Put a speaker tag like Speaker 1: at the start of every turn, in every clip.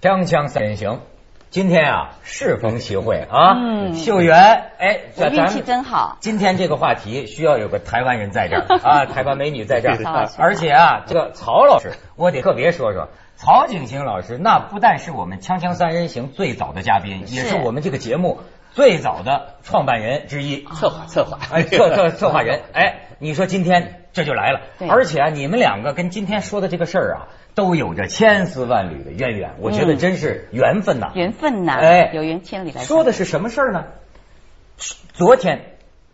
Speaker 1: 锵锵三人行，今天啊适逢其会啊，
Speaker 2: 嗯
Speaker 1: 秀媛，哎，
Speaker 2: 我
Speaker 1: 咱
Speaker 2: 运气
Speaker 1: 们
Speaker 2: 真好，
Speaker 1: 今天这个话题需要有个台湾人在 这儿啊，台湾美女在这
Speaker 2: 对 曹老
Speaker 1: 儿
Speaker 2: 师，
Speaker 1: 而且啊，这个曹老师，我得特别说说。曹景行老师，那不但是我们《锵锵三人行》最早的嘉宾，也是
Speaker 2: 是
Speaker 1: 我们这个节目最早的创办人之一。
Speaker 2: 策划
Speaker 3: 策划
Speaker 1: 哎，策策策划人，哎，你说今天这就来了，
Speaker 2: 对
Speaker 1: 而且啊，你们两个跟今天说的这个事儿啊，都有着千丝万缕的渊源，我觉得
Speaker 2: 嗯
Speaker 1: 真是缘分呐、
Speaker 2: 缘分呐，
Speaker 1: 哎
Speaker 2: 有缘千里来。
Speaker 1: 说的是什么事儿呢？昨天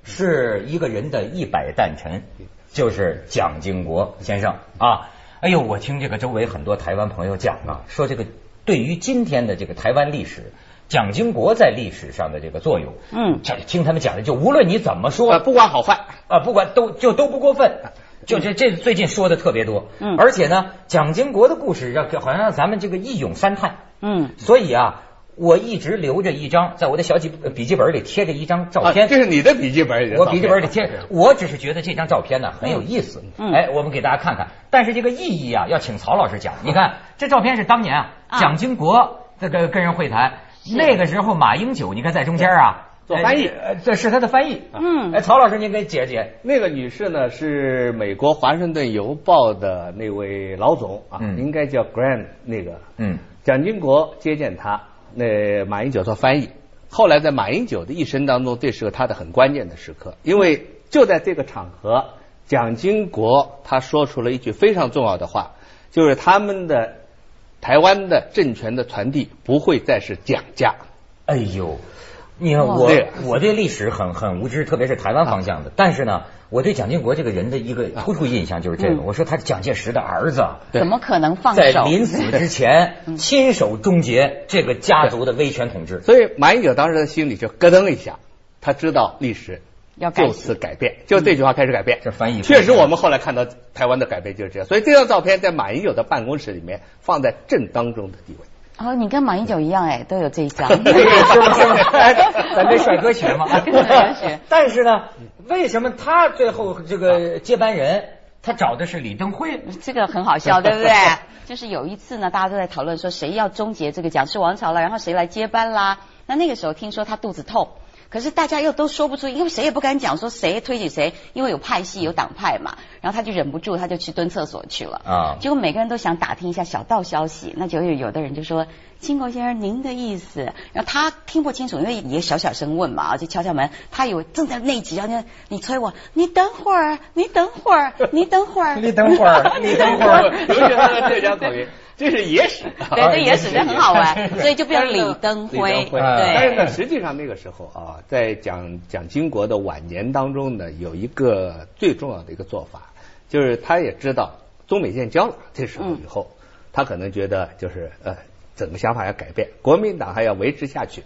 Speaker 1: 是一个人的一百诞辰，就是蒋经国先生啊。哎呦，我听这个周围很多台湾朋友讲啊，说这个对于今天的这个台湾历史，蒋经国在历史上的这个作用，
Speaker 2: 嗯，
Speaker 1: 这听他们讲的，就无论你怎么说，
Speaker 3: 呃， 不管好 坏，
Speaker 1: 啊，不管都就都不过分，就这这最近说的特别多，
Speaker 2: 嗯
Speaker 1: 而且呢，蒋经国的故事让好像让咱们这个一咏三叹，
Speaker 2: 嗯，
Speaker 1: 所以啊，我一直留着一张，在我的小记笔记本里贴着一张照
Speaker 3: 啊，
Speaker 1: 片，
Speaker 3: 这是你的笔记本里的照
Speaker 1: 我
Speaker 3: 片，
Speaker 1: 笔记本里贴，我只是觉得这张照片呢很有意思，
Speaker 2: 嗯
Speaker 1: 哎，我们给大家看看，但是这个意义啊，要请曹老师讲。你看这照片是当年啊，
Speaker 2: 啊
Speaker 1: 蒋经国这个跟人会谈，那个时候马英九，你看在中间啊。
Speaker 3: 做翻译
Speaker 1: 呃，这是他的翻译。
Speaker 2: 嗯
Speaker 1: 哎，曹老师，您给解解。
Speaker 3: 那个女士呢是美国华盛顿邮报的那位老总啊，
Speaker 1: 嗯
Speaker 3: 应该叫 Graham 那个，
Speaker 1: 嗯，
Speaker 3: 蒋经国接见他，那马英九做翻译。后来在马英九的一生当中，这是个他的很关键的时刻，因为就在这个场合，蒋经国他说出了一句非常重要的话，就是他们的台湾的政权的传递不会再是蒋家。
Speaker 1: 哎呦，你看
Speaker 2: 哇
Speaker 1: 我
Speaker 3: 对
Speaker 1: 我对历史很很无知，特别是台湾方向的。但是呢，我对蒋经国这个人的一
Speaker 3: 啊
Speaker 1: 个突出印象就是这个。
Speaker 2: 嗯
Speaker 1: 我说他是蒋介石的儿子，
Speaker 3: 对
Speaker 2: 怎么可能放
Speaker 1: 在
Speaker 2: 手？嗯
Speaker 1: 临死之 前亲手终结这个家族的威权统治。
Speaker 3: 所以马英九当时的心里就咯噔了一下，他知道历史
Speaker 2: 要改
Speaker 3: 就此改变，嗯就这句话开始改变。
Speaker 1: 这翻译
Speaker 3: 确实，我们后来看到台湾的改变就是这样。所以这张照片在马英九的办公室里面放在正当中的地 位。
Speaker 2: 哦，你跟马英九一样哎，都有这一 张，
Speaker 1: 是吗？是吗？哎咱跟帅哥学 嘛
Speaker 2: 跟帅哥学。。
Speaker 1: 但是呢，为什么他最后这个接班人，他找的是李登辉？
Speaker 2: 这个很好笑，对不对？ 就是有一次呢，大家都在讨论说谁要终结这个蒋氏王朝了，然后谁来接班啦。那那个时候听说他肚子痛，可是大家又都说不出，因为谁也不敢讲说谁推举谁，因为有派系有党派嘛。然后他就忍不住，他就去蹲厕所去了。
Speaker 1: 啊
Speaker 2: 结果每个人都想打听一下小道消息，那就有有的人就说：“金国先生，您的意思？”然后他听不清楚，因为也小小声问嘛，就敲敲门。他以为正在内急，然后就你催我，你等会儿，你等会儿，你等 会儿，
Speaker 1: 你等会儿你等会儿
Speaker 3: 尤其是他的浙江口音，这是野 哦史。
Speaker 2: 对，这野史这很好 玩，所以就变成李登
Speaker 3: 李
Speaker 2: 辉。
Speaker 3: 登辉但是
Speaker 1: 啊
Speaker 2: 对，
Speaker 3: 呢，实际上那个时候啊，在蒋蒋经国的晚年当中呢，有一个最重要的一个做法，就是他也知道中美建交了，这时候以后，
Speaker 2: 嗯
Speaker 3: 他可能觉得就是呃，整个想法要改变，国民党还要维持下去，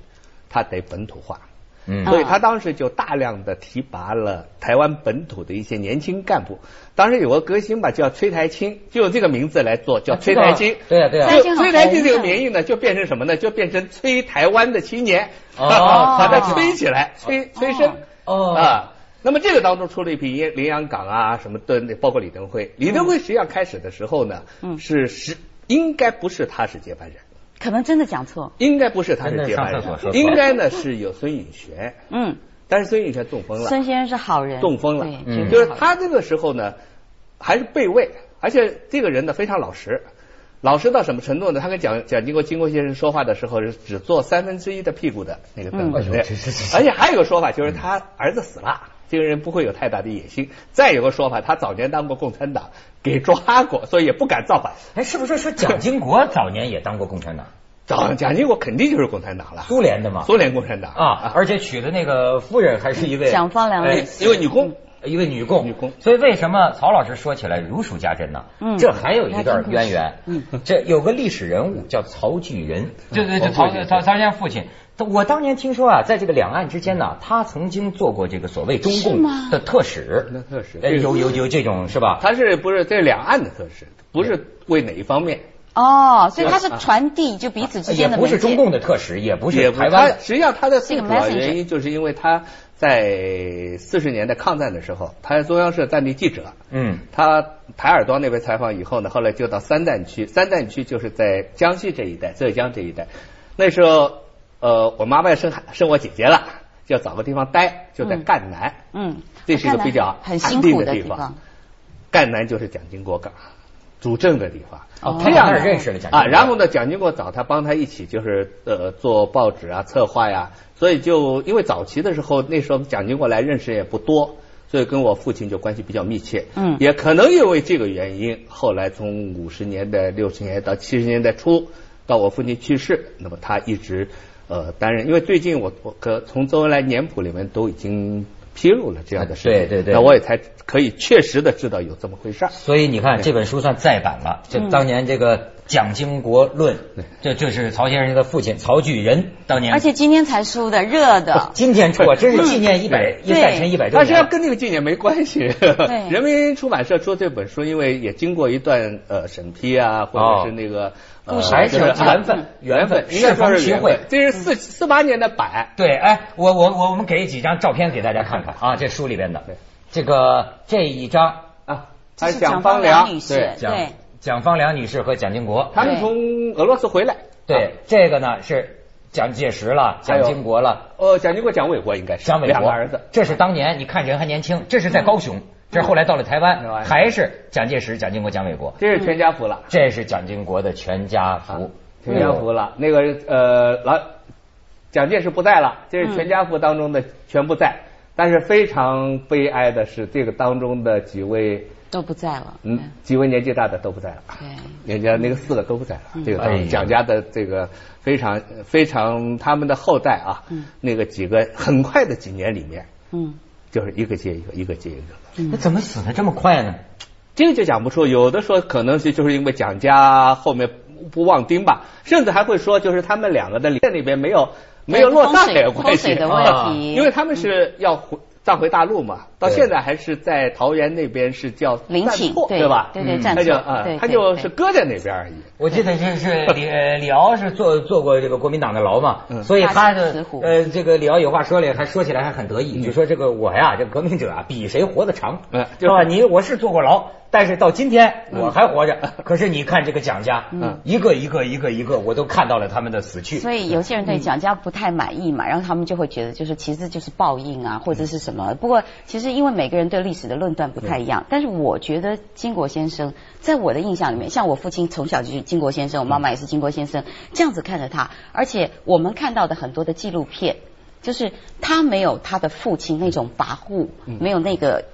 Speaker 3: 他得本土化。
Speaker 1: 嗯
Speaker 3: 所以他当时就大量的提拔了台湾本土的一些年轻干部。当时有个革新吧，叫崔台青，就用这个名字来做，叫崔台青
Speaker 1: 啊。对啊对啊
Speaker 2: 崔台
Speaker 3: 就
Speaker 2: 青好
Speaker 3: 崔台青这个
Speaker 2: 红的
Speaker 3: 名义呢，就变成什么呢？就变成崔台湾的青年，
Speaker 1: 哦
Speaker 3: 把它吹起来，催催生。
Speaker 1: 哦
Speaker 3: 啊。那么这个当中出了一批林林洋港啊，什么的，包括李登
Speaker 1: 嗯
Speaker 3: 辉。李登辉实际上开始的时候呢，
Speaker 2: 嗯
Speaker 3: 是是应该不是他是接班人，
Speaker 2: 可能真的讲错。
Speaker 3: 应该不是他是接班人
Speaker 1: 真的上厕所说错，了
Speaker 3: 应该呢是有孙运璇。
Speaker 2: 嗯，
Speaker 3: 但是孙运璇中风了，
Speaker 2: 孙先生是好人，
Speaker 3: 中风了
Speaker 2: 对，
Speaker 1: 嗯
Speaker 2: 绝
Speaker 3: 就
Speaker 2: 对
Speaker 3: 是
Speaker 2: 好人
Speaker 3: 他这个时候呢，还是备位，而且这个人呢非常老实，老实到什么程度呢？他跟蒋蒋经国经国先生说话的时候是只坐三分之一的屁股的那个
Speaker 1: 嗯
Speaker 3: 凳
Speaker 1: 哎
Speaker 3: 子，
Speaker 1: 呦
Speaker 3: 对
Speaker 1: 这这这
Speaker 3: 而且还有一个说法就是他儿子死了。这个人不会有太大的野心。再有个说法，他早年当过共产党，给抓过，所以也不敢造反。
Speaker 1: 哎，是不是说蒋经 国早年也当过共产党，
Speaker 3: 早蒋经国肯定就是共产党了，
Speaker 1: 苏联的嘛？
Speaker 3: 苏联共产党
Speaker 1: 啊，而且娶的那个夫人还是一位
Speaker 2: 蒋方良
Speaker 1: 哎
Speaker 2: 律
Speaker 3: 一位女工，
Speaker 1: 一位女工，
Speaker 3: 女工
Speaker 1: 所以为什么曹老师说起来如数家珍呢？
Speaker 2: 嗯
Speaker 1: 这还有一段渊源。
Speaker 2: 嗯，
Speaker 1: 这有个历史人物叫曹巨仁，对对对，
Speaker 3: 曹
Speaker 1: 曹
Speaker 3: 巨仁
Speaker 1: 曹曹先生父亲。我当年听说啊，在这个两岸之间呢，他曾经做过这个所谓中
Speaker 2: 是
Speaker 1: 共
Speaker 2: 吗
Speaker 1: 的特使，
Speaker 3: 那特使
Speaker 1: 哎有有有这种是吧？
Speaker 3: 他是不是这两岸的特使？不是为哪一方面？
Speaker 2: 哦，所以他是传递就彼此
Speaker 1: 啊
Speaker 2: 之
Speaker 1: 也
Speaker 2: 间的
Speaker 1: 不是
Speaker 2: 媒介
Speaker 1: 中共的特使，也不
Speaker 3: 也
Speaker 1: 是
Speaker 3: 不
Speaker 1: 台湾
Speaker 3: 他实际上他的最主
Speaker 2: 这个
Speaker 3: 要
Speaker 2: messenger
Speaker 3: 原因就是因为他在四十年代抗战的时候，他是中央社战地记者。
Speaker 1: 嗯
Speaker 3: 他台儿庄那边采访以后呢，后来就到三弹区，三弹区就是在江西这一带、浙江这一带。那时候，呃，我妈妈要生孩生我姐姐了，就要找个地方待，就在
Speaker 2: 嗯
Speaker 3: 赣南。
Speaker 2: 嗯，
Speaker 3: 这是一个
Speaker 2: 看来
Speaker 3: 比较
Speaker 2: 很
Speaker 3: 安
Speaker 2: 辛
Speaker 3: 定
Speaker 2: 苦
Speaker 3: 的
Speaker 2: 的
Speaker 3: 地
Speaker 2: 地
Speaker 3: 方
Speaker 2: 方。
Speaker 3: 赣南就是蒋经国港主政的地方。
Speaker 1: 哦
Speaker 2: 他在
Speaker 3: 这样
Speaker 1: 那儿
Speaker 3: 呢
Speaker 1: 认识了蒋
Speaker 3: 啊，
Speaker 1: 经国
Speaker 3: 然后呢，蒋经国找他帮他一起就是呃做报纸啊、策划呀，所以就因为早期的时候，那时候蒋经国来认识也不多，所以跟我父亲就关系比较密切。
Speaker 2: 嗯
Speaker 3: 也可能因为这个原因，后来从五十年代、六十年代到七十年代初，到我父亲去世，那么他一直呃担任，因为最近我我可从周恩来年谱里面都已经披露了这样的事情，
Speaker 1: 对对对
Speaker 3: 那我也才可以确实的知道有这么回事儿。
Speaker 1: 所以你看这本书算再版了，就当年这个《蒋经国论》
Speaker 3: 嗯
Speaker 1: 这
Speaker 3: 对
Speaker 1: 这是曹先生的父亲曹巨仁当年，，
Speaker 2: 而且今天才出的热的
Speaker 1: 今天出啊，真是纪念一百一
Speaker 2: 对
Speaker 1: 诞辰一百周
Speaker 3: 嗯但是要
Speaker 1: 年。
Speaker 3: 跟那个纪念没关系。 人民出版社出这本书，因为也经过一段呃审批啊，或者是那个呃
Speaker 2: 故事
Speaker 1: 还是
Speaker 3: 就是
Speaker 1: 缘分
Speaker 3: 啊
Speaker 1: 缘
Speaker 3: 缘
Speaker 1: 分
Speaker 3: 分，应
Speaker 1: 适
Speaker 3: 该说
Speaker 1: 逢
Speaker 3: 是
Speaker 1: 其
Speaker 3: 缘
Speaker 1: 会
Speaker 3: 分。这是四四八年的版，
Speaker 1: 对，哎，我我我我们给几张照片给大家看看啊，这书里边的
Speaker 3: 对
Speaker 1: 这个这一张
Speaker 3: 啊，
Speaker 2: 这
Speaker 3: 还
Speaker 2: 是
Speaker 3: 蒋
Speaker 2: 蒋
Speaker 3: 方
Speaker 2: 方良
Speaker 3: 良
Speaker 2: 女士
Speaker 3: 对，啊
Speaker 1: 蒋
Speaker 2: 对
Speaker 1: 蒋方良女士和蒋经国，
Speaker 3: 他们从俄罗斯回来，啊
Speaker 1: 对，这个呢是蒋介石了，
Speaker 3: 还
Speaker 1: 蒋
Speaker 3: 有
Speaker 1: 经国了。
Speaker 3: 呃，蒋经国、蒋纬国应该是
Speaker 1: 张伟
Speaker 3: 两
Speaker 1: 国
Speaker 3: 个儿子，
Speaker 1: 这是当年你看人还年轻，这是在高雄，这是后来到了台湾，
Speaker 3: 嗯
Speaker 1: 还是蒋介石、蒋经国、蒋纬国，
Speaker 3: 这是全家福了，
Speaker 1: 这是蒋经国的全家
Speaker 3: 啊
Speaker 1: 福，哎
Speaker 3: 全家福了。那个呃，老蒋介石不在了，这是全家福当中的全部在。但是非常悲哀的是，这个当中的几位
Speaker 2: 都不在了。
Speaker 3: 嗯，几位年纪大的都不在了，
Speaker 2: 对，
Speaker 3: 人家那个四个都不在了。这
Speaker 1: 哎呀
Speaker 3: 个蒋家的这个非常非常他们的后代啊
Speaker 2: 嗯，
Speaker 3: 那个几个很快的几年里面，
Speaker 2: 嗯
Speaker 3: 就是一个接一个，一个接一个。
Speaker 1: 那怎么死的这么快呢？
Speaker 3: 这个就讲不出，有的说可能是就是因为蒋家后面不旺丁吧，甚至还会说就是他们两个的店里边没有没有落葬也有关
Speaker 2: 风水
Speaker 3: 系
Speaker 2: 的
Speaker 1: 啊
Speaker 2: 问题，
Speaker 3: 因为他们是要回葬回大陆嘛，到
Speaker 1: 对
Speaker 3: 现在还是在桃园那边是叫
Speaker 2: 陵
Speaker 3: 暂
Speaker 2: 寝
Speaker 3: 厝
Speaker 2: 对
Speaker 3: 对吧？
Speaker 2: 对对
Speaker 1: 嗯
Speaker 2: 暂
Speaker 3: 他就
Speaker 2: 错
Speaker 3: 啊
Speaker 2: 对，
Speaker 3: 他
Speaker 2: 对
Speaker 3: 就
Speaker 2: 对
Speaker 3: 是搁在那边而已。
Speaker 1: 我记得这是李呃李敖是坐坐过这个国民党的牢嘛，
Speaker 3: 嗯
Speaker 1: 所以他
Speaker 2: 他是
Speaker 1: 的
Speaker 2: 慈虎
Speaker 1: 呃这个李敖有话说了，还说起来还很得意，就说这个我呀这革命者啊比谁活得长，
Speaker 3: 嗯
Speaker 1: 是吧？你我是坐过牢，但是到今天我还活着。可是你看这个蒋家，
Speaker 3: 嗯
Speaker 1: 一个一个一个一个，我都看到了他们的死去。
Speaker 2: 所以有些人对蒋家不太满意嘛，然后他们就会觉得就是其实就是报应啊，或者是什
Speaker 3: 嗯
Speaker 2: 么。不过其实因为每个人对历史的论断不太一样，但是我觉得金国先生在我的印象里面，像我父亲从小就是金国先生，我妈妈也是金国先生，这样子看着他，而且我们看到的很多的纪录片，就是他没有他的父亲那种跋扈，
Speaker 3: 嗯
Speaker 2: 没有那个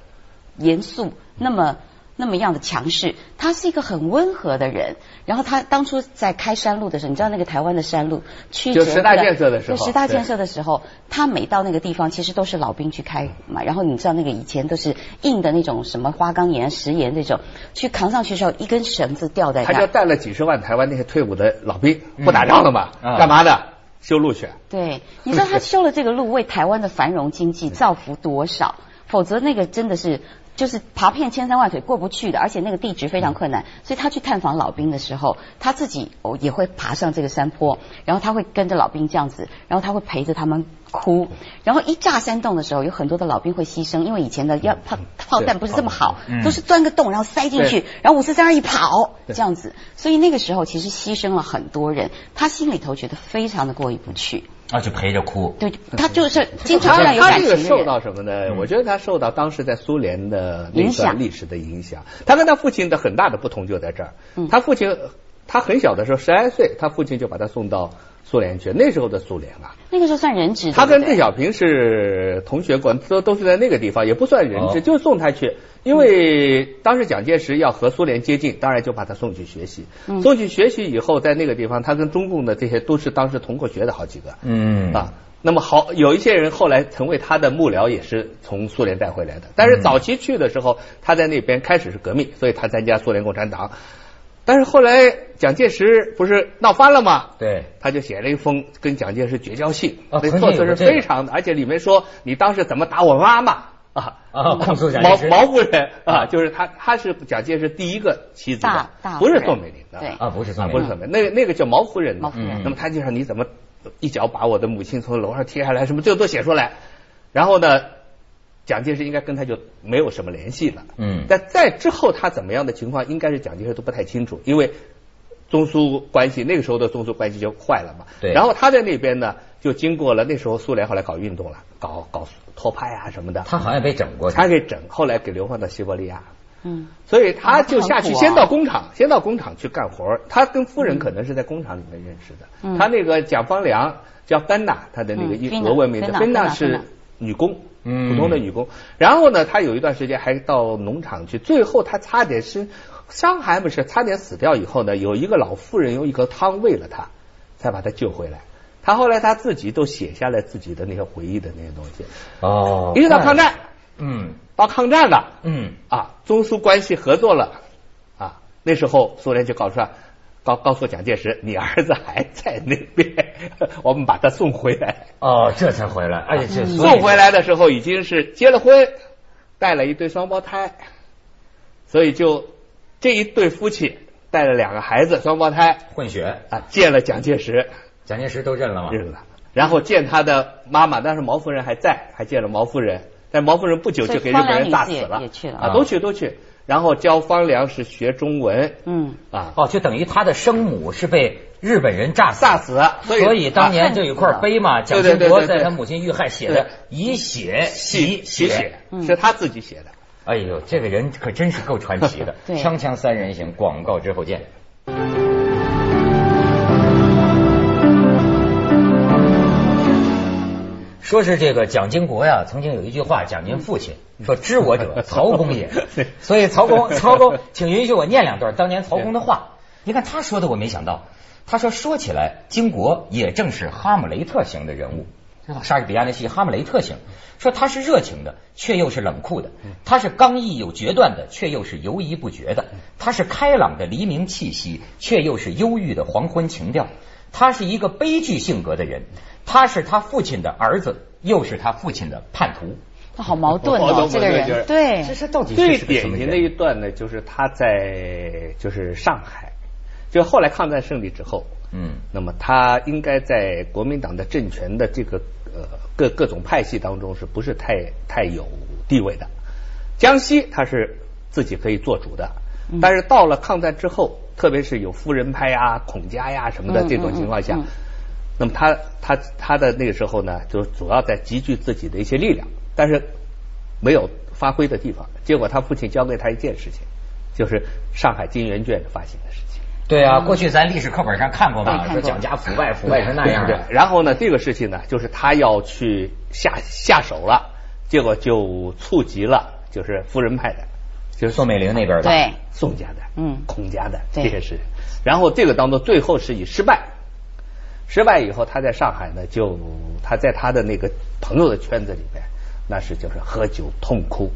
Speaker 2: 严肃，那么那么样的强势，他是一个很温和的人。然后他当初在开山路的时候，你知道那个台湾的山路曲折
Speaker 3: 就十大建设的时候
Speaker 2: 对十大
Speaker 3: 对
Speaker 2: 建设的时候，他每到那个地方，其实都是老兵去开嘛。然后你知道那个以前都是硬的那种什么花岗岩、石岩那种，去扛上去的时候，一根绳子吊在
Speaker 3: 他
Speaker 2: 那
Speaker 3: 就
Speaker 2: 儿，
Speaker 3: 带了几十万台湾那些退伍的老兵，
Speaker 1: 嗯
Speaker 3: 不打仗了嘛，
Speaker 1: 啊
Speaker 3: 干嘛的？修路去。
Speaker 2: 对，你知道他修了这个路，为台湾的繁荣经济造福多少？否则那个真的是就是爬遍千山万水过不去的，而且那个地质非常困难。所以他去探访老兵的时候，他自己哦也会爬上这个山坡，然后他会跟着老兵这样子，然后他会陪着他们哭。然后一炸山洞的时候，有很多的老兵会牺牲，因为以前的要炮炮弹不是这么好
Speaker 1: 嗯，
Speaker 2: 都是钻个洞然后塞进去
Speaker 3: 对，
Speaker 2: 然后五四三二一跑这
Speaker 3: 对
Speaker 2: 样子。所以那个时候其实牺牲了很多人，他心里头觉得非常的过意不去。
Speaker 1: 啊，就陪着哭。
Speaker 2: 对，他就是经常非
Speaker 3: 他
Speaker 2: 常有
Speaker 3: 他
Speaker 2: 感
Speaker 3: 这
Speaker 2: 情的
Speaker 3: 个受
Speaker 2: 人。嗯
Speaker 3: 到什么呢？我觉得他受到当时在苏联的那
Speaker 2: 影响
Speaker 3: 段历史的影响。他跟他父亲的很大的不同就在这儿
Speaker 2: 嗯。
Speaker 3: 他父亲他很小的时候，十来岁，他父亲就把他送到苏联去。那时候的苏联啊，
Speaker 2: 那个时候算人质，
Speaker 3: 他
Speaker 2: 对
Speaker 3: 跟邓
Speaker 2: 不对
Speaker 3: 小平是同学过，都都是在那个地方，也不算人
Speaker 1: 哦
Speaker 3: 质，就送他去。因为当时蒋介石要和苏联接近，当然就把他送去学习
Speaker 2: 嗯。
Speaker 3: 送去学习以后，在那个地方，他跟中共的这些都是当时同过学的好几个。
Speaker 1: 嗯
Speaker 3: 啊。那么好，有一些人后来成为他的幕僚，也是从苏联带回来的。
Speaker 1: 嗯
Speaker 3: 但是早期去的时候，他在那边开始是革命，所以他参加苏联共产党。但是后来蒋介石不是闹翻了吗？
Speaker 1: 对，
Speaker 3: 他就写了一封跟蒋介石绝交信，
Speaker 1: 啊
Speaker 3: 那
Speaker 1: 曾经
Speaker 3: 措辞
Speaker 1: 有
Speaker 3: 是
Speaker 1: 这个
Speaker 3: 非常的，而且里面说你当时怎么打我妈妈啊
Speaker 1: 啊控诉蒋介
Speaker 3: 毛
Speaker 1: 石
Speaker 3: 毛夫人
Speaker 1: 啊
Speaker 3: 啊，就是他，他是蒋介石第一个妻子
Speaker 2: 大
Speaker 3: 的
Speaker 2: 大，
Speaker 3: 不
Speaker 2: 夫
Speaker 3: 是
Speaker 2: 人
Speaker 3: 宋美龄的，
Speaker 2: 对
Speaker 1: 啊，不是宋
Speaker 3: 啊，
Speaker 1: 美
Speaker 3: 不是
Speaker 1: 龄，
Speaker 3: 什么，那个那个叫毛夫人
Speaker 2: 毛
Speaker 3: 嘛
Speaker 2: 夫人
Speaker 3: 那么他就说你怎么一脚把我的母亲从楼上踢下来，什么这个都写出来。然后呢，蒋介石应该跟他就没有什么联系了。
Speaker 1: 嗯
Speaker 3: 但在之后他怎么样的情况，应该是蒋介石都不太清楚，因为中苏关系那个时候的中苏关系就坏了嘛。
Speaker 1: 对
Speaker 3: 然后他在那边呢，就经过了那时候苏联后来搞运动了，搞搞托派啊什么的，
Speaker 1: 他好像也被整过。
Speaker 3: 他给整，后来给流放到西伯利亚。
Speaker 2: 嗯，
Speaker 3: 所以他就下去，
Speaker 2: 啊
Speaker 3: 先到工厂，先到工厂去干活儿他跟夫人可能是在工厂里面认识的。
Speaker 2: 嗯
Speaker 3: 他那个蒋方良叫芬娜，他的那个
Speaker 2: 嗯
Speaker 3: 一
Speaker 2: 芬娜
Speaker 3: 俄文名
Speaker 2: 芬
Speaker 3: 字，
Speaker 2: 娜
Speaker 3: 芬
Speaker 2: 芬
Speaker 3: 娜
Speaker 2: 娜
Speaker 3: 是女工，
Speaker 1: 嗯
Speaker 3: 普通的女工。然后呢，他有一段时间还到农场去，最后他差点是伤寒不是，差点死掉以后呢，有一个老妇人用一颗汤喂了他，才把他救回来。他后来他自己都写下来自己的那些回忆的那些东西，
Speaker 1: 哦，
Speaker 3: 一直到抗战，
Speaker 1: 嗯
Speaker 3: 到抗战了。
Speaker 1: 嗯，
Speaker 3: 啊，中苏关系合作了啊，那时候苏联就告诉他，告告诉蒋介石，你儿子还在那边， 我们把他送回来。
Speaker 1: 哦，这才回来，而且这所以
Speaker 3: 送回来的时候已经是结了婚，带了一对双胞胎，所以就这一对夫妻带了两个孩子，双胞胎
Speaker 1: 混血，
Speaker 3: 啊，见了蒋介石，
Speaker 1: 蒋介石都认了
Speaker 2: 啊
Speaker 1: 吗？
Speaker 3: 认了。然后见他的妈妈，但是毛夫人还在，还见了毛夫人，但毛夫人不久就给日本人炸死
Speaker 2: 所以方良女士也
Speaker 3: 了，
Speaker 2: 也去了
Speaker 3: 啊，都去都去。然后教方良是学中文
Speaker 2: 嗯，
Speaker 3: 啊，
Speaker 1: 哦，就等于他的生母是被日本人炸死。
Speaker 3: 炸死，所以啊
Speaker 1: 所以当年就有块碑嘛，
Speaker 3: 对
Speaker 1: 蒋
Speaker 3: 对
Speaker 1: 经
Speaker 3: 对
Speaker 1: 国
Speaker 3: 对对
Speaker 1: 在他母亲遇害写
Speaker 3: 对
Speaker 1: 的“以血洗
Speaker 3: 洗洗血
Speaker 2: 嗯。
Speaker 3: 是他自己写的。
Speaker 1: 哎呦，这个人可真是够传奇的
Speaker 2: 对
Speaker 1: 锵锵三人行，广告之后见。说是这个蒋经国呀，曾经有一句话讲您父亲，说知我者曹公也
Speaker 3: 对。
Speaker 1: 所以曹公，曹公，请允许我念两段当年曹公的 话。你看他说的，我没想到。他说说起来，经国也正是哈姆雷特型的人物，莎士比亚那戏《哈姆雷特》型。说他是热情的，却又是冷酷的；
Speaker 3: 嗯
Speaker 1: 他是刚毅有决断的，却又是犹疑不决的；他是开朗的黎明气息，却又是忧郁的黄昏情调。他是一个悲剧性格的人，他是他父亲的儿子，又是他父亲的叛徒。
Speaker 2: 他好矛盾
Speaker 3: 好
Speaker 2: 哦
Speaker 3: 矛，
Speaker 2: 这个
Speaker 3: 盾就是
Speaker 2: 人，对，
Speaker 1: 这是到底
Speaker 3: 最
Speaker 1: 是个什
Speaker 3: 典
Speaker 1: 么
Speaker 3: 型的一
Speaker 1: 人？
Speaker 3: 段呢，就是他在就是上海，就后来抗战胜利之后，
Speaker 1: 嗯
Speaker 3: 那么他应该在国民党的政权的这个呃各各种派系当中是不是太太有地位的？江西他是自己可以做主的，
Speaker 2: 嗯
Speaker 3: 但是到了抗战之后，特别是有夫人派呀、孔家呀什么的
Speaker 2: 嗯
Speaker 3: 这种情况下，
Speaker 2: 嗯嗯嗯
Speaker 3: 那么他他他的那个时候呢，就主要在集聚自己的一些力量，但是没有发挥的地方。结果他父亲交给他一件事情，就是上海金圆券发行的事情。
Speaker 1: 对啊，过去咱历史课本上看过
Speaker 2: 嗯对
Speaker 1: 吧？
Speaker 2: 看
Speaker 1: 说
Speaker 2: 过
Speaker 1: 蒋家腐败，腐败成那样
Speaker 3: 对
Speaker 1: 了。
Speaker 3: 然后呢，这个事情呢，就是他要去下下手了，结果就触及了，就是夫人派的，
Speaker 1: 就是宋美龄那边的。
Speaker 2: 对，
Speaker 3: 宋家的，
Speaker 2: 嗯
Speaker 3: 孔家的这
Speaker 2: 对
Speaker 3: 些事。然后这个当中最后是以失败，失败以后他在上海呢，就他在他的那个朋友的圈子里面，那是就是喝酒痛哭，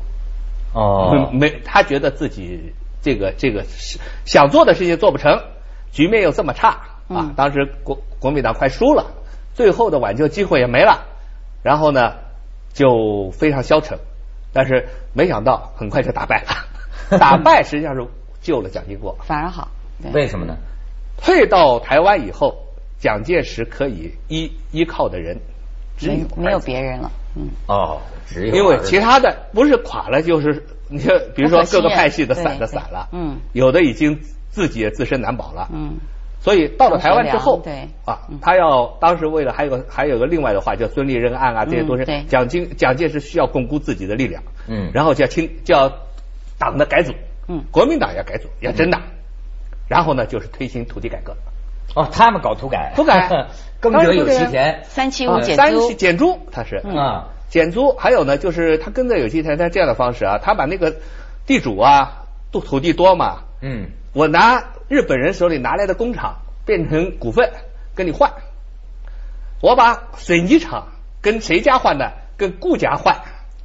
Speaker 1: 哦，
Speaker 2: 嗯
Speaker 3: 没没他觉得自己这个这个是想做的事情做不成，局面又这么差啊
Speaker 2: 嗯，
Speaker 3: 当时国国民党快输了，最后的挽救机会也没了，然后呢就非常消沉，但是没想到很快就打 败了，打败实际上是救了蒋经国，
Speaker 2: 反而好，对，
Speaker 1: 为什么呢？
Speaker 3: 退到台湾以后，蒋介石可以依依靠的人只有
Speaker 2: 没没有
Speaker 3: 儿子
Speaker 2: 别人了，嗯，
Speaker 1: 哦，只有
Speaker 3: 因为
Speaker 1: 儿子
Speaker 3: 其他的不是垮了，就是你看，比如说各个派系的散的散了，
Speaker 2: 啊对对嗯
Speaker 3: 有的已经自己也自身难保了，
Speaker 2: 嗯，
Speaker 3: 所以到了台湾之后，
Speaker 2: 同学聊对
Speaker 3: 啊
Speaker 2: 嗯，
Speaker 3: 他要当时为了还有个还有个另外的话叫孙立人案啊，这些都是
Speaker 2: 嗯对
Speaker 3: 蒋经蒋介石需要巩固自己的力量，
Speaker 1: 嗯
Speaker 3: 然后就要清就要党的改组，
Speaker 2: 嗯
Speaker 3: 国民党要改组，要真党，然后呢就是推行土地改革，
Speaker 1: 哦，他们搞土改，
Speaker 3: 土改
Speaker 1: 耕者有其田
Speaker 2: 三七五
Speaker 3: 啊
Speaker 2: 哎减
Speaker 3: 三
Speaker 2: 租
Speaker 3: 是，减租，他是
Speaker 2: 嗯
Speaker 1: 啊，
Speaker 3: 减租，还有呢，就是他跟着有机田，他这样的方式啊，他把那个地主啊，土土地多嘛，
Speaker 1: 嗯，
Speaker 3: 我拿日本人手里拿来的工厂变成股份跟你换，我把水泥厂跟谁家换呢？跟顾家换，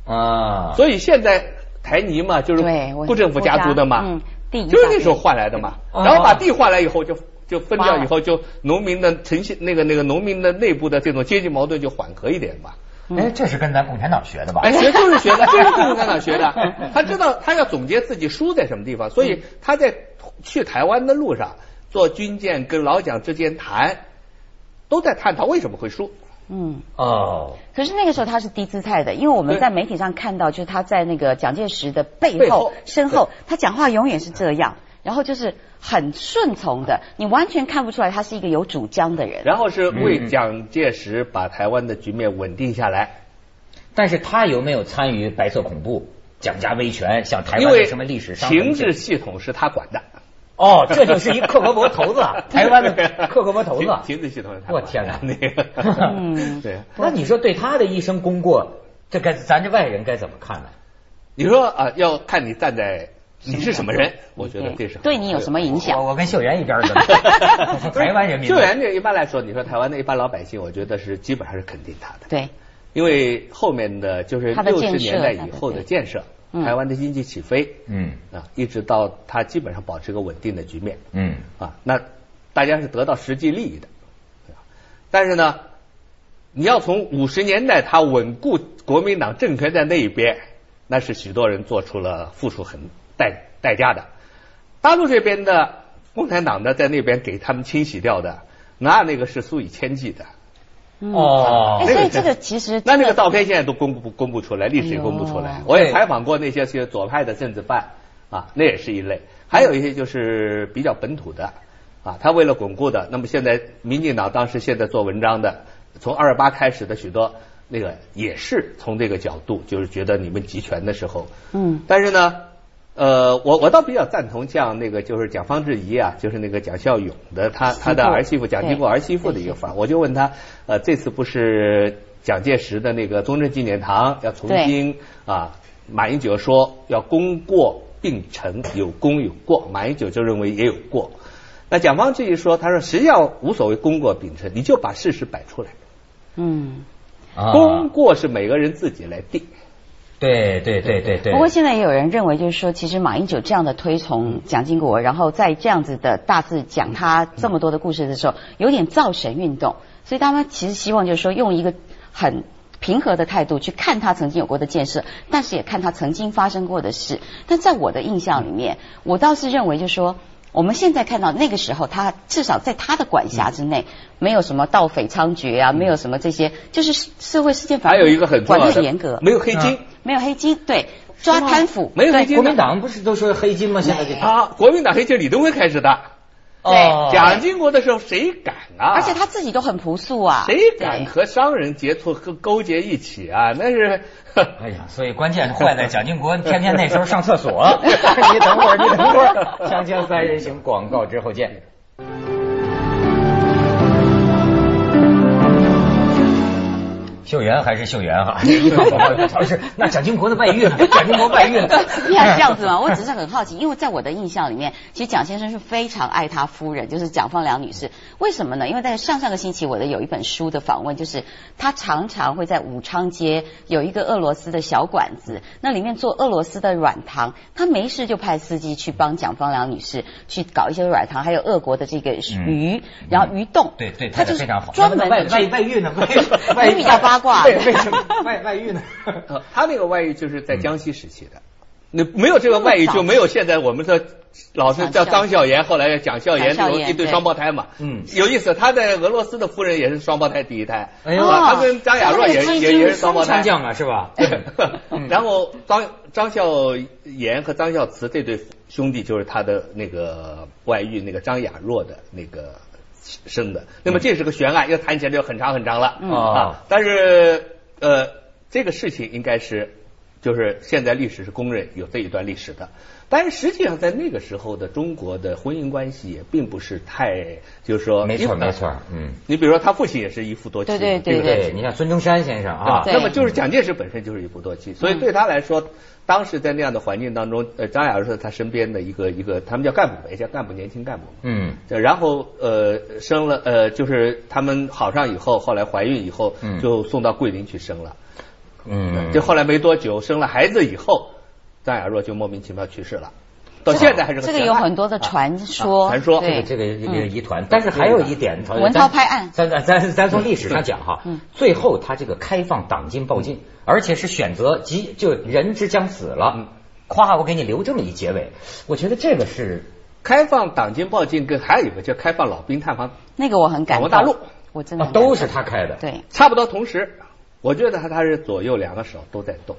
Speaker 1: 啊，
Speaker 3: 所以现在台泥嘛，就是
Speaker 2: 对，我
Speaker 3: 顾政府家族的嘛，
Speaker 2: 嗯，地
Speaker 3: 就是那时候换来的嘛，
Speaker 1: 嗯
Speaker 3: 然后把地换来以后就。就分掉
Speaker 2: 花了
Speaker 3: 以后，就农民的城县那个那个农民的内部的这种阶级矛盾就缓和一点嘛。
Speaker 2: 嗯
Speaker 1: 哎，这是跟咱共产党学的吧？
Speaker 3: 哎，学就是学 的，这是共产党学的。他知道他要总结自己输在什么地方，所以他在去台湾的路上做军舰跟老蒋之间谈，都在探讨为什么会输。
Speaker 2: 嗯，
Speaker 1: 哦，
Speaker 2: 可是那个时候他是低姿态的，因为我们
Speaker 3: 对
Speaker 2: 在媒体上看到，就是他在那个蒋介石的背后、
Speaker 3: 背后
Speaker 2: 身后，他讲话永远是这样，然后就是很顺从的，你完全看不出来他是一个有主张的人。
Speaker 3: 然后是
Speaker 1: 嗯
Speaker 3: 为蒋介石把台湾的局面稳定下来。
Speaker 1: 但是他有没有参与白色恐怖、蒋家威权，像台
Speaker 3: 因
Speaker 1: 湾的
Speaker 3: 为
Speaker 1: 什么历史上
Speaker 3: 情治系统是他管的。
Speaker 1: 哦，这就是一克格勃头子 啊，台湾的克格勃头子啊。
Speaker 3: 情情治系统是他
Speaker 1: 我
Speaker 3: 管的。
Speaker 1: 天哪
Speaker 3: 那个，
Speaker 2: 嗯
Speaker 3: 对，
Speaker 1: 那你说对他的一生功过，这该咱这外人该怎么看呢？
Speaker 3: 你说啊，要看你站在你是什么人，我觉得这是很
Speaker 2: 对你有什么影响
Speaker 1: 我？我跟秀媛一 边儿的，台湾人民
Speaker 3: 救援这一般来说，你说台湾的一般老百姓，我觉得是基本上是肯定他的，
Speaker 2: 对，
Speaker 3: 因为后面的就是
Speaker 2: 他的
Speaker 3: 六十
Speaker 2: 建设
Speaker 3: 年代以后的
Speaker 2: 对
Speaker 3: 建设，
Speaker 2: 嗯
Speaker 3: 台湾的经济起飞
Speaker 1: 嗯
Speaker 3: 啊，一直到它基本上保持一个稳定的局面。
Speaker 1: 嗯
Speaker 3: 啊，那大家是得到实际利益的。但是呢，你要从五十年代他稳固国民党政权在那一边，那是许多人做出了付出很代代价的。大陆这边的共产党呢，在那边给他们清洗掉的，那那个是数以千计的。
Speaker 2: 嗯
Speaker 1: 哦
Speaker 2: 哎，
Speaker 3: 那个
Speaker 2: 所以
Speaker 3: 是
Speaker 2: 这个其实
Speaker 3: 那
Speaker 2: 真
Speaker 3: 那个
Speaker 2: 的
Speaker 3: 照片现在都公布不公布出来，历史也公布出
Speaker 2: 哎
Speaker 3: 来
Speaker 2: 呦。
Speaker 3: 我
Speaker 1: 对
Speaker 3: 也采访过那些些左派的政治犯啊，那也是一类。还有一些就是比较本土的啊，他为了巩固的，那么现在民进党当时现在做文章的，从二十八开始的许多那个也是从这个角度，就是觉得你们集权的时候，
Speaker 2: 嗯
Speaker 3: 但是呢，呃，我我倒比较赞同像那个就是蒋方志怡啊，就是那个蒋孝勇的他他的儿媳妇蒋经国儿媳妇的一个法，我就问他，呃，这次不是蒋介石的那个中正纪念堂要重新啊，马英九说要功过并陈，有功有过，马英九就认为也有过。那蒋方志怡说，他说实际上无所谓功过并陈，你就把事实摆出来，
Speaker 2: 嗯。
Speaker 1: 啊，
Speaker 3: 功过是每个人自己来定。
Speaker 1: 对对对对对。
Speaker 2: 不过现在也有人认为，就是说，其实马英九这样的推崇蒋经国，然后在这样子的大致讲他这么多的故事的时候，有点造神运动，所以他们其实希望就是说，用一个很平和的态度去看他曾经有过的建设，但是也看他曾经发生过的事。但在我的印象里面，我倒是认为就是说。我们现在看到那个时候，他至少在他的管辖之内，没有什么盗匪猖獗啊，没有什么这些，就是社会事件反
Speaker 3: 还
Speaker 2: 而
Speaker 3: 有一个很重
Speaker 2: 管
Speaker 3: 要
Speaker 2: 得
Speaker 3: 的
Speaker 2: 很严格，
Speaker 3: 没有黑金。
Speaker 1: 啊
Speaker 2: 没有黑金，对，抓贪腐，
Speaker 3: 没有
Speaker 2: 对
Speaker 3: 黑金
Speaker 1: 国民党不是都说黑金吗？现在这
Speaker 3: 啊，国民党黑就是李登辉开始的。
Speaker 1: 哦
Speaker 3: 蒋经国的时候谁敢啊？
Speaker 2: 而且他自己都很朴素啊，
Speaker 3: 谁
Speaker 2: 对
Speaker 3: 敢和商人接触、和勾结一起啊？那是， 呃
Speaker 1: 哎呀，所以关键坏在蒋经国天天那时候上厕所。 你等会儿，你等会 儿，锵锵三人行广告之后见。秀媛还是秀媛 哈、啊，是那蒋经国的外遇呢？蒋经国外遇呢？
Speaker 2: 你要这样子吗？我只是很好奇，因为在我的印象里面，其实蒋先生是非常爱他夫人，就是蒋方良女士。为什么呢？因为在上上个星期我的有一本书的访问，就是他常常会在武昌街有一个俄罗斯的小馆子，那里面做俄罗斯的软糖，他没事就派司机去帮蒋方良女士去搞一些软糖，还有俄国的这个鱼，然后鱼冻，
Speaker 1: 对对，
Speaker 2: 他
Speaker 1: 拍
Speaker 2: 就
Speaker 1: 的
Speaker 2: 是
Speaker 1: 非常好。
Speaker 2: 专门
Speaker 1: 外
Speaker 2: 地去
Speaker 1: 外外遇 呢？外外
Speaker 2: 你比较八卦
Speaker 1: 对，为什么外外遇呢？
Speaker 3: 呃他那个外遇就是在江西时期的，那没有这个外遇就没有现在我们的老是叫张孝炎，后来叫蒋孝
Speaker 2: 蒋
Speaker 3: 炎
Speaker 2: 孝
Speaker 3: 那
Speaker 2: 严
Speaker 3: 种一对
Speaker 2: 对
Speaker 3: 双胞胎嘛。
Speaker 1: 嗯
Speaker 3: 有意思，他在俄罗斯的夫人也是双胞胎第一胎，
Speaker 1: 哎呦
Speaker 3: 是吧他跟张雅若也
Speaker 2: 这个
Speaker 3: 也也是双胞
Speaker 1: 上
Speaker 3: 胎。
Speaker 1: 将啊，是吧？嗯
Speaker 3: 然后张张孝炎和张孝慈这对兄弟就是他的那个外遇那个张雅若的那个生的。那么这是个悬案，要谈起来就很长很长了、
Speaker 2: 嗯
Speaker 1: 哦
Speaker 3: 啊。但是呃，这个事情应该是就是现在历史是公认有这一段历史的。但是实际上，在那个时候的中国的婚姻关系也并不是太，就是说，
Speaker 1: 没错没错，嗯。
Speaker 3: 你比如说，他父亲也是一夫多妻，
Speaker 2: 对对
Speaker 1: 对
Speaker 2: 对
Speaker 1: 不对？你看孙中山先生啊
Speaker 2: 对，嗯
Speaker 3: 那么就是蒋介石本身就是一夫多妻，所以对他来说，当时在那样的环境当中，呃，张雅若是他身边的一个一个，他们叫干部，也叫干部年轻干部。
Speaker 1: 嗯，
Speaker 3: 对然后呃生了呃就是他们好上以后，后来怀孕以后
Speaker 1: 嗯
Speaker 3: 就送到桂林去生了，
Speaker 1: 嗯，
Speaker 3: 就后来没多久生了孩子以后，张雅若就莫名其妙去世了，到现在还是
Speaker 2: 这个
Speaker 3: 悬案
Speaker 2: 有很多的传说
Speaker 3: 啊传说
Speaker 2: 对
Speaker 1: 这个这个
Speaker 2: 嗯
Speaker 1: 疑团，但是还有一点，
Speaker 2: 文韬拍案
Speaker 1: 咱咱咱咱从历史上讲哈
Speaker 2: 嗯，
Speaker 1: 最后他这个开放党禁报禁，而且是选择即就人之将死
Speaker 3: 嗯
Speaker 1: 了，夸我给你留这么一结尾，我觉得这个是
Speaker 3: 开放党禁报禁跟还有一个叫开放老兵探访
Speaker 2: 那个我很
Speaker 3: 访
Speaker 2: 感
Speaker 3: 问
Speaker 2: 动。
Speaker 3: 大陆，
Speaker 2: 我真的
Speaker 1: 啊，都是他开的。
Speaker 2: 嗯对，
Speaker 3: 差不多同时，我觉得他他是左右两个手都在动，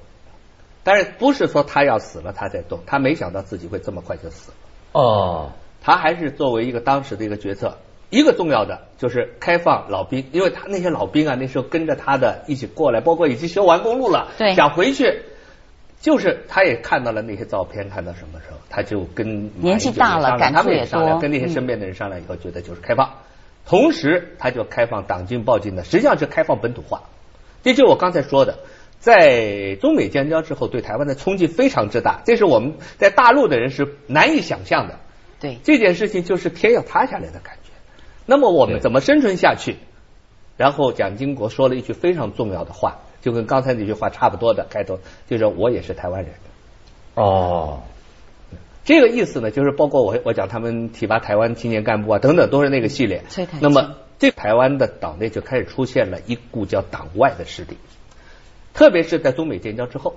Speaker 3: 但是不是说他要死了他在动，他没想到自己会这么快就死了，
Speaker 1: 哦，
Speaker 3: 他还是作为一个当时的一个决策。一个重要的就是开放老兵，因为他那些老兵啊，那时候跟着他的一起过来，包括已经修完公路了，
Speaker 2: 对
Speaker 3: 想回去，就是他也看到了那些照片，看到什么时候，他就跟
Speaker 2: 年纪大了
Speaker 3: 马
Speaker 2: 感
Speaker 3: 英九也商量他
Speaker 2: 触
Speaker 3: 们
Speaker 2: 也
Speaker 3: 也商量，
Speaker 2: 多
Speaker 3: 跟那些
Speaker 2: 嗯
Speaker 3: 身边的人商量以后，觉得就是开放，同时他就开放党禁报禁的，实际上是开放本土化。这就是我刚才说的，在中美建交之后，对台湾的冲击非常之大，这是我们在大陆的人是难以想象的。
Speaker 2: 对，
Speaker 3: 这件事情就是天要塌下来的感觉。那么我们怎么生存下去？然后蒋经国说了一句非常重要的话，就跟刚才那句话差不多的开头，就是我也是台湾人。
Speaker 1: 哦，
Speaker 3: 这个意思呢，就是包括我我讲他们提拔台湾青年干部啊等等，都是那个系列
Speaker 2: 嗯崔台。
Speaker 3: 那么这台湾的党内就开始出现了一股叫党外的势力，特别是在中美建交之后。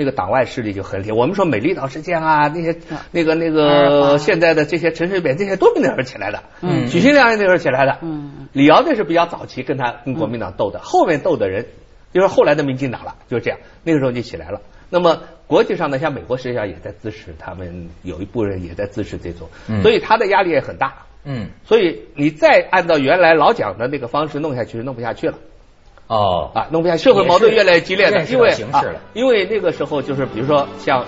Speaker 3: 那个党外势力就很厉害，我们说美丽岛事件啊，那些
Speaker 2: 嗯
Speaker 3: 那个那
Speaker 2: 二
Speaker 3: 个
Speaker 2: 黄
Speaker 3: 现在的这些陈水扁这些都是那时候起来的，
Speaker 1: 嗯
Speaker 3: 许信良也那时候起来的，
Speaker 2: 嗯，
Speaker 3: 李敖这是比较早期跟他跟国民党斗
Speaker 1: 嗯
Speaker 3: 的，后面斗的人就是后来的民进党了，就是这样，那个时候就起来了。那么国际上呢，像美国实际上也在支持他们，有一部分人也在支持这种
Speaker 1: 嗯，
Speaker 3: 所以他的压力也很大。
Speaker 1: 嗯，
Speaker 3: 所以你再按照原来老蒋的那个方式弄下去，弄不下去了
Speaker 1: 哦，
Speaker 3: 啊，弄不下去，社会矛盾越来越激烈
Speaker 1: 也
Speaker 3: 了，
Speaker 1: 是
Speaker 3: 因为
Speaker 1: 认识到形势了
Speaker 3: 啊因为那个时候就是比如说像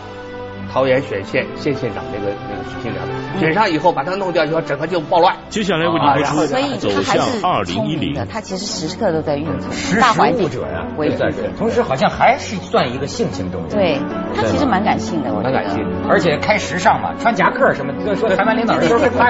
Speaker 3: 桃园选县县县长那个那个许信良，
Speaker 1: 嗯
Speaker 3: 选上以后把他弄掉以后，整个就暴乱。
Speaker 4: 接下来为您播
Speaker 3: 啊
Speaker 4: 出
Speaker 2: 所以
Speaker 4: 《走
Speaker 2: 他还是
Speaker 4: 向二零
Speaker 2: 聪
Speaker 4: 一
Speaker 2: 明
Speaker 4: 零
Speaker 2: 的，》。他其实时刻都在运
Speaker 1: 识
Speaker 2: 作大
Speaker 1: 时
Speaker 2: 环
Speaker 1: 务
Speaker 2: 境
Speaker 1: 者呀，
Speaker 2: 为
Speaker 1: 这
Speaker 2: 主
Speaker 1: 算，是。同时好像还是算一个性情中人。
Speaker 2: 对他其实蛮感性的，我觉
Speaker 3: 蛮
Speaker 2: 得
Speaker 3: 感性的
Speaker 1: 而且开时尚嘛，穿夹克什么，就说台湾领导人都是他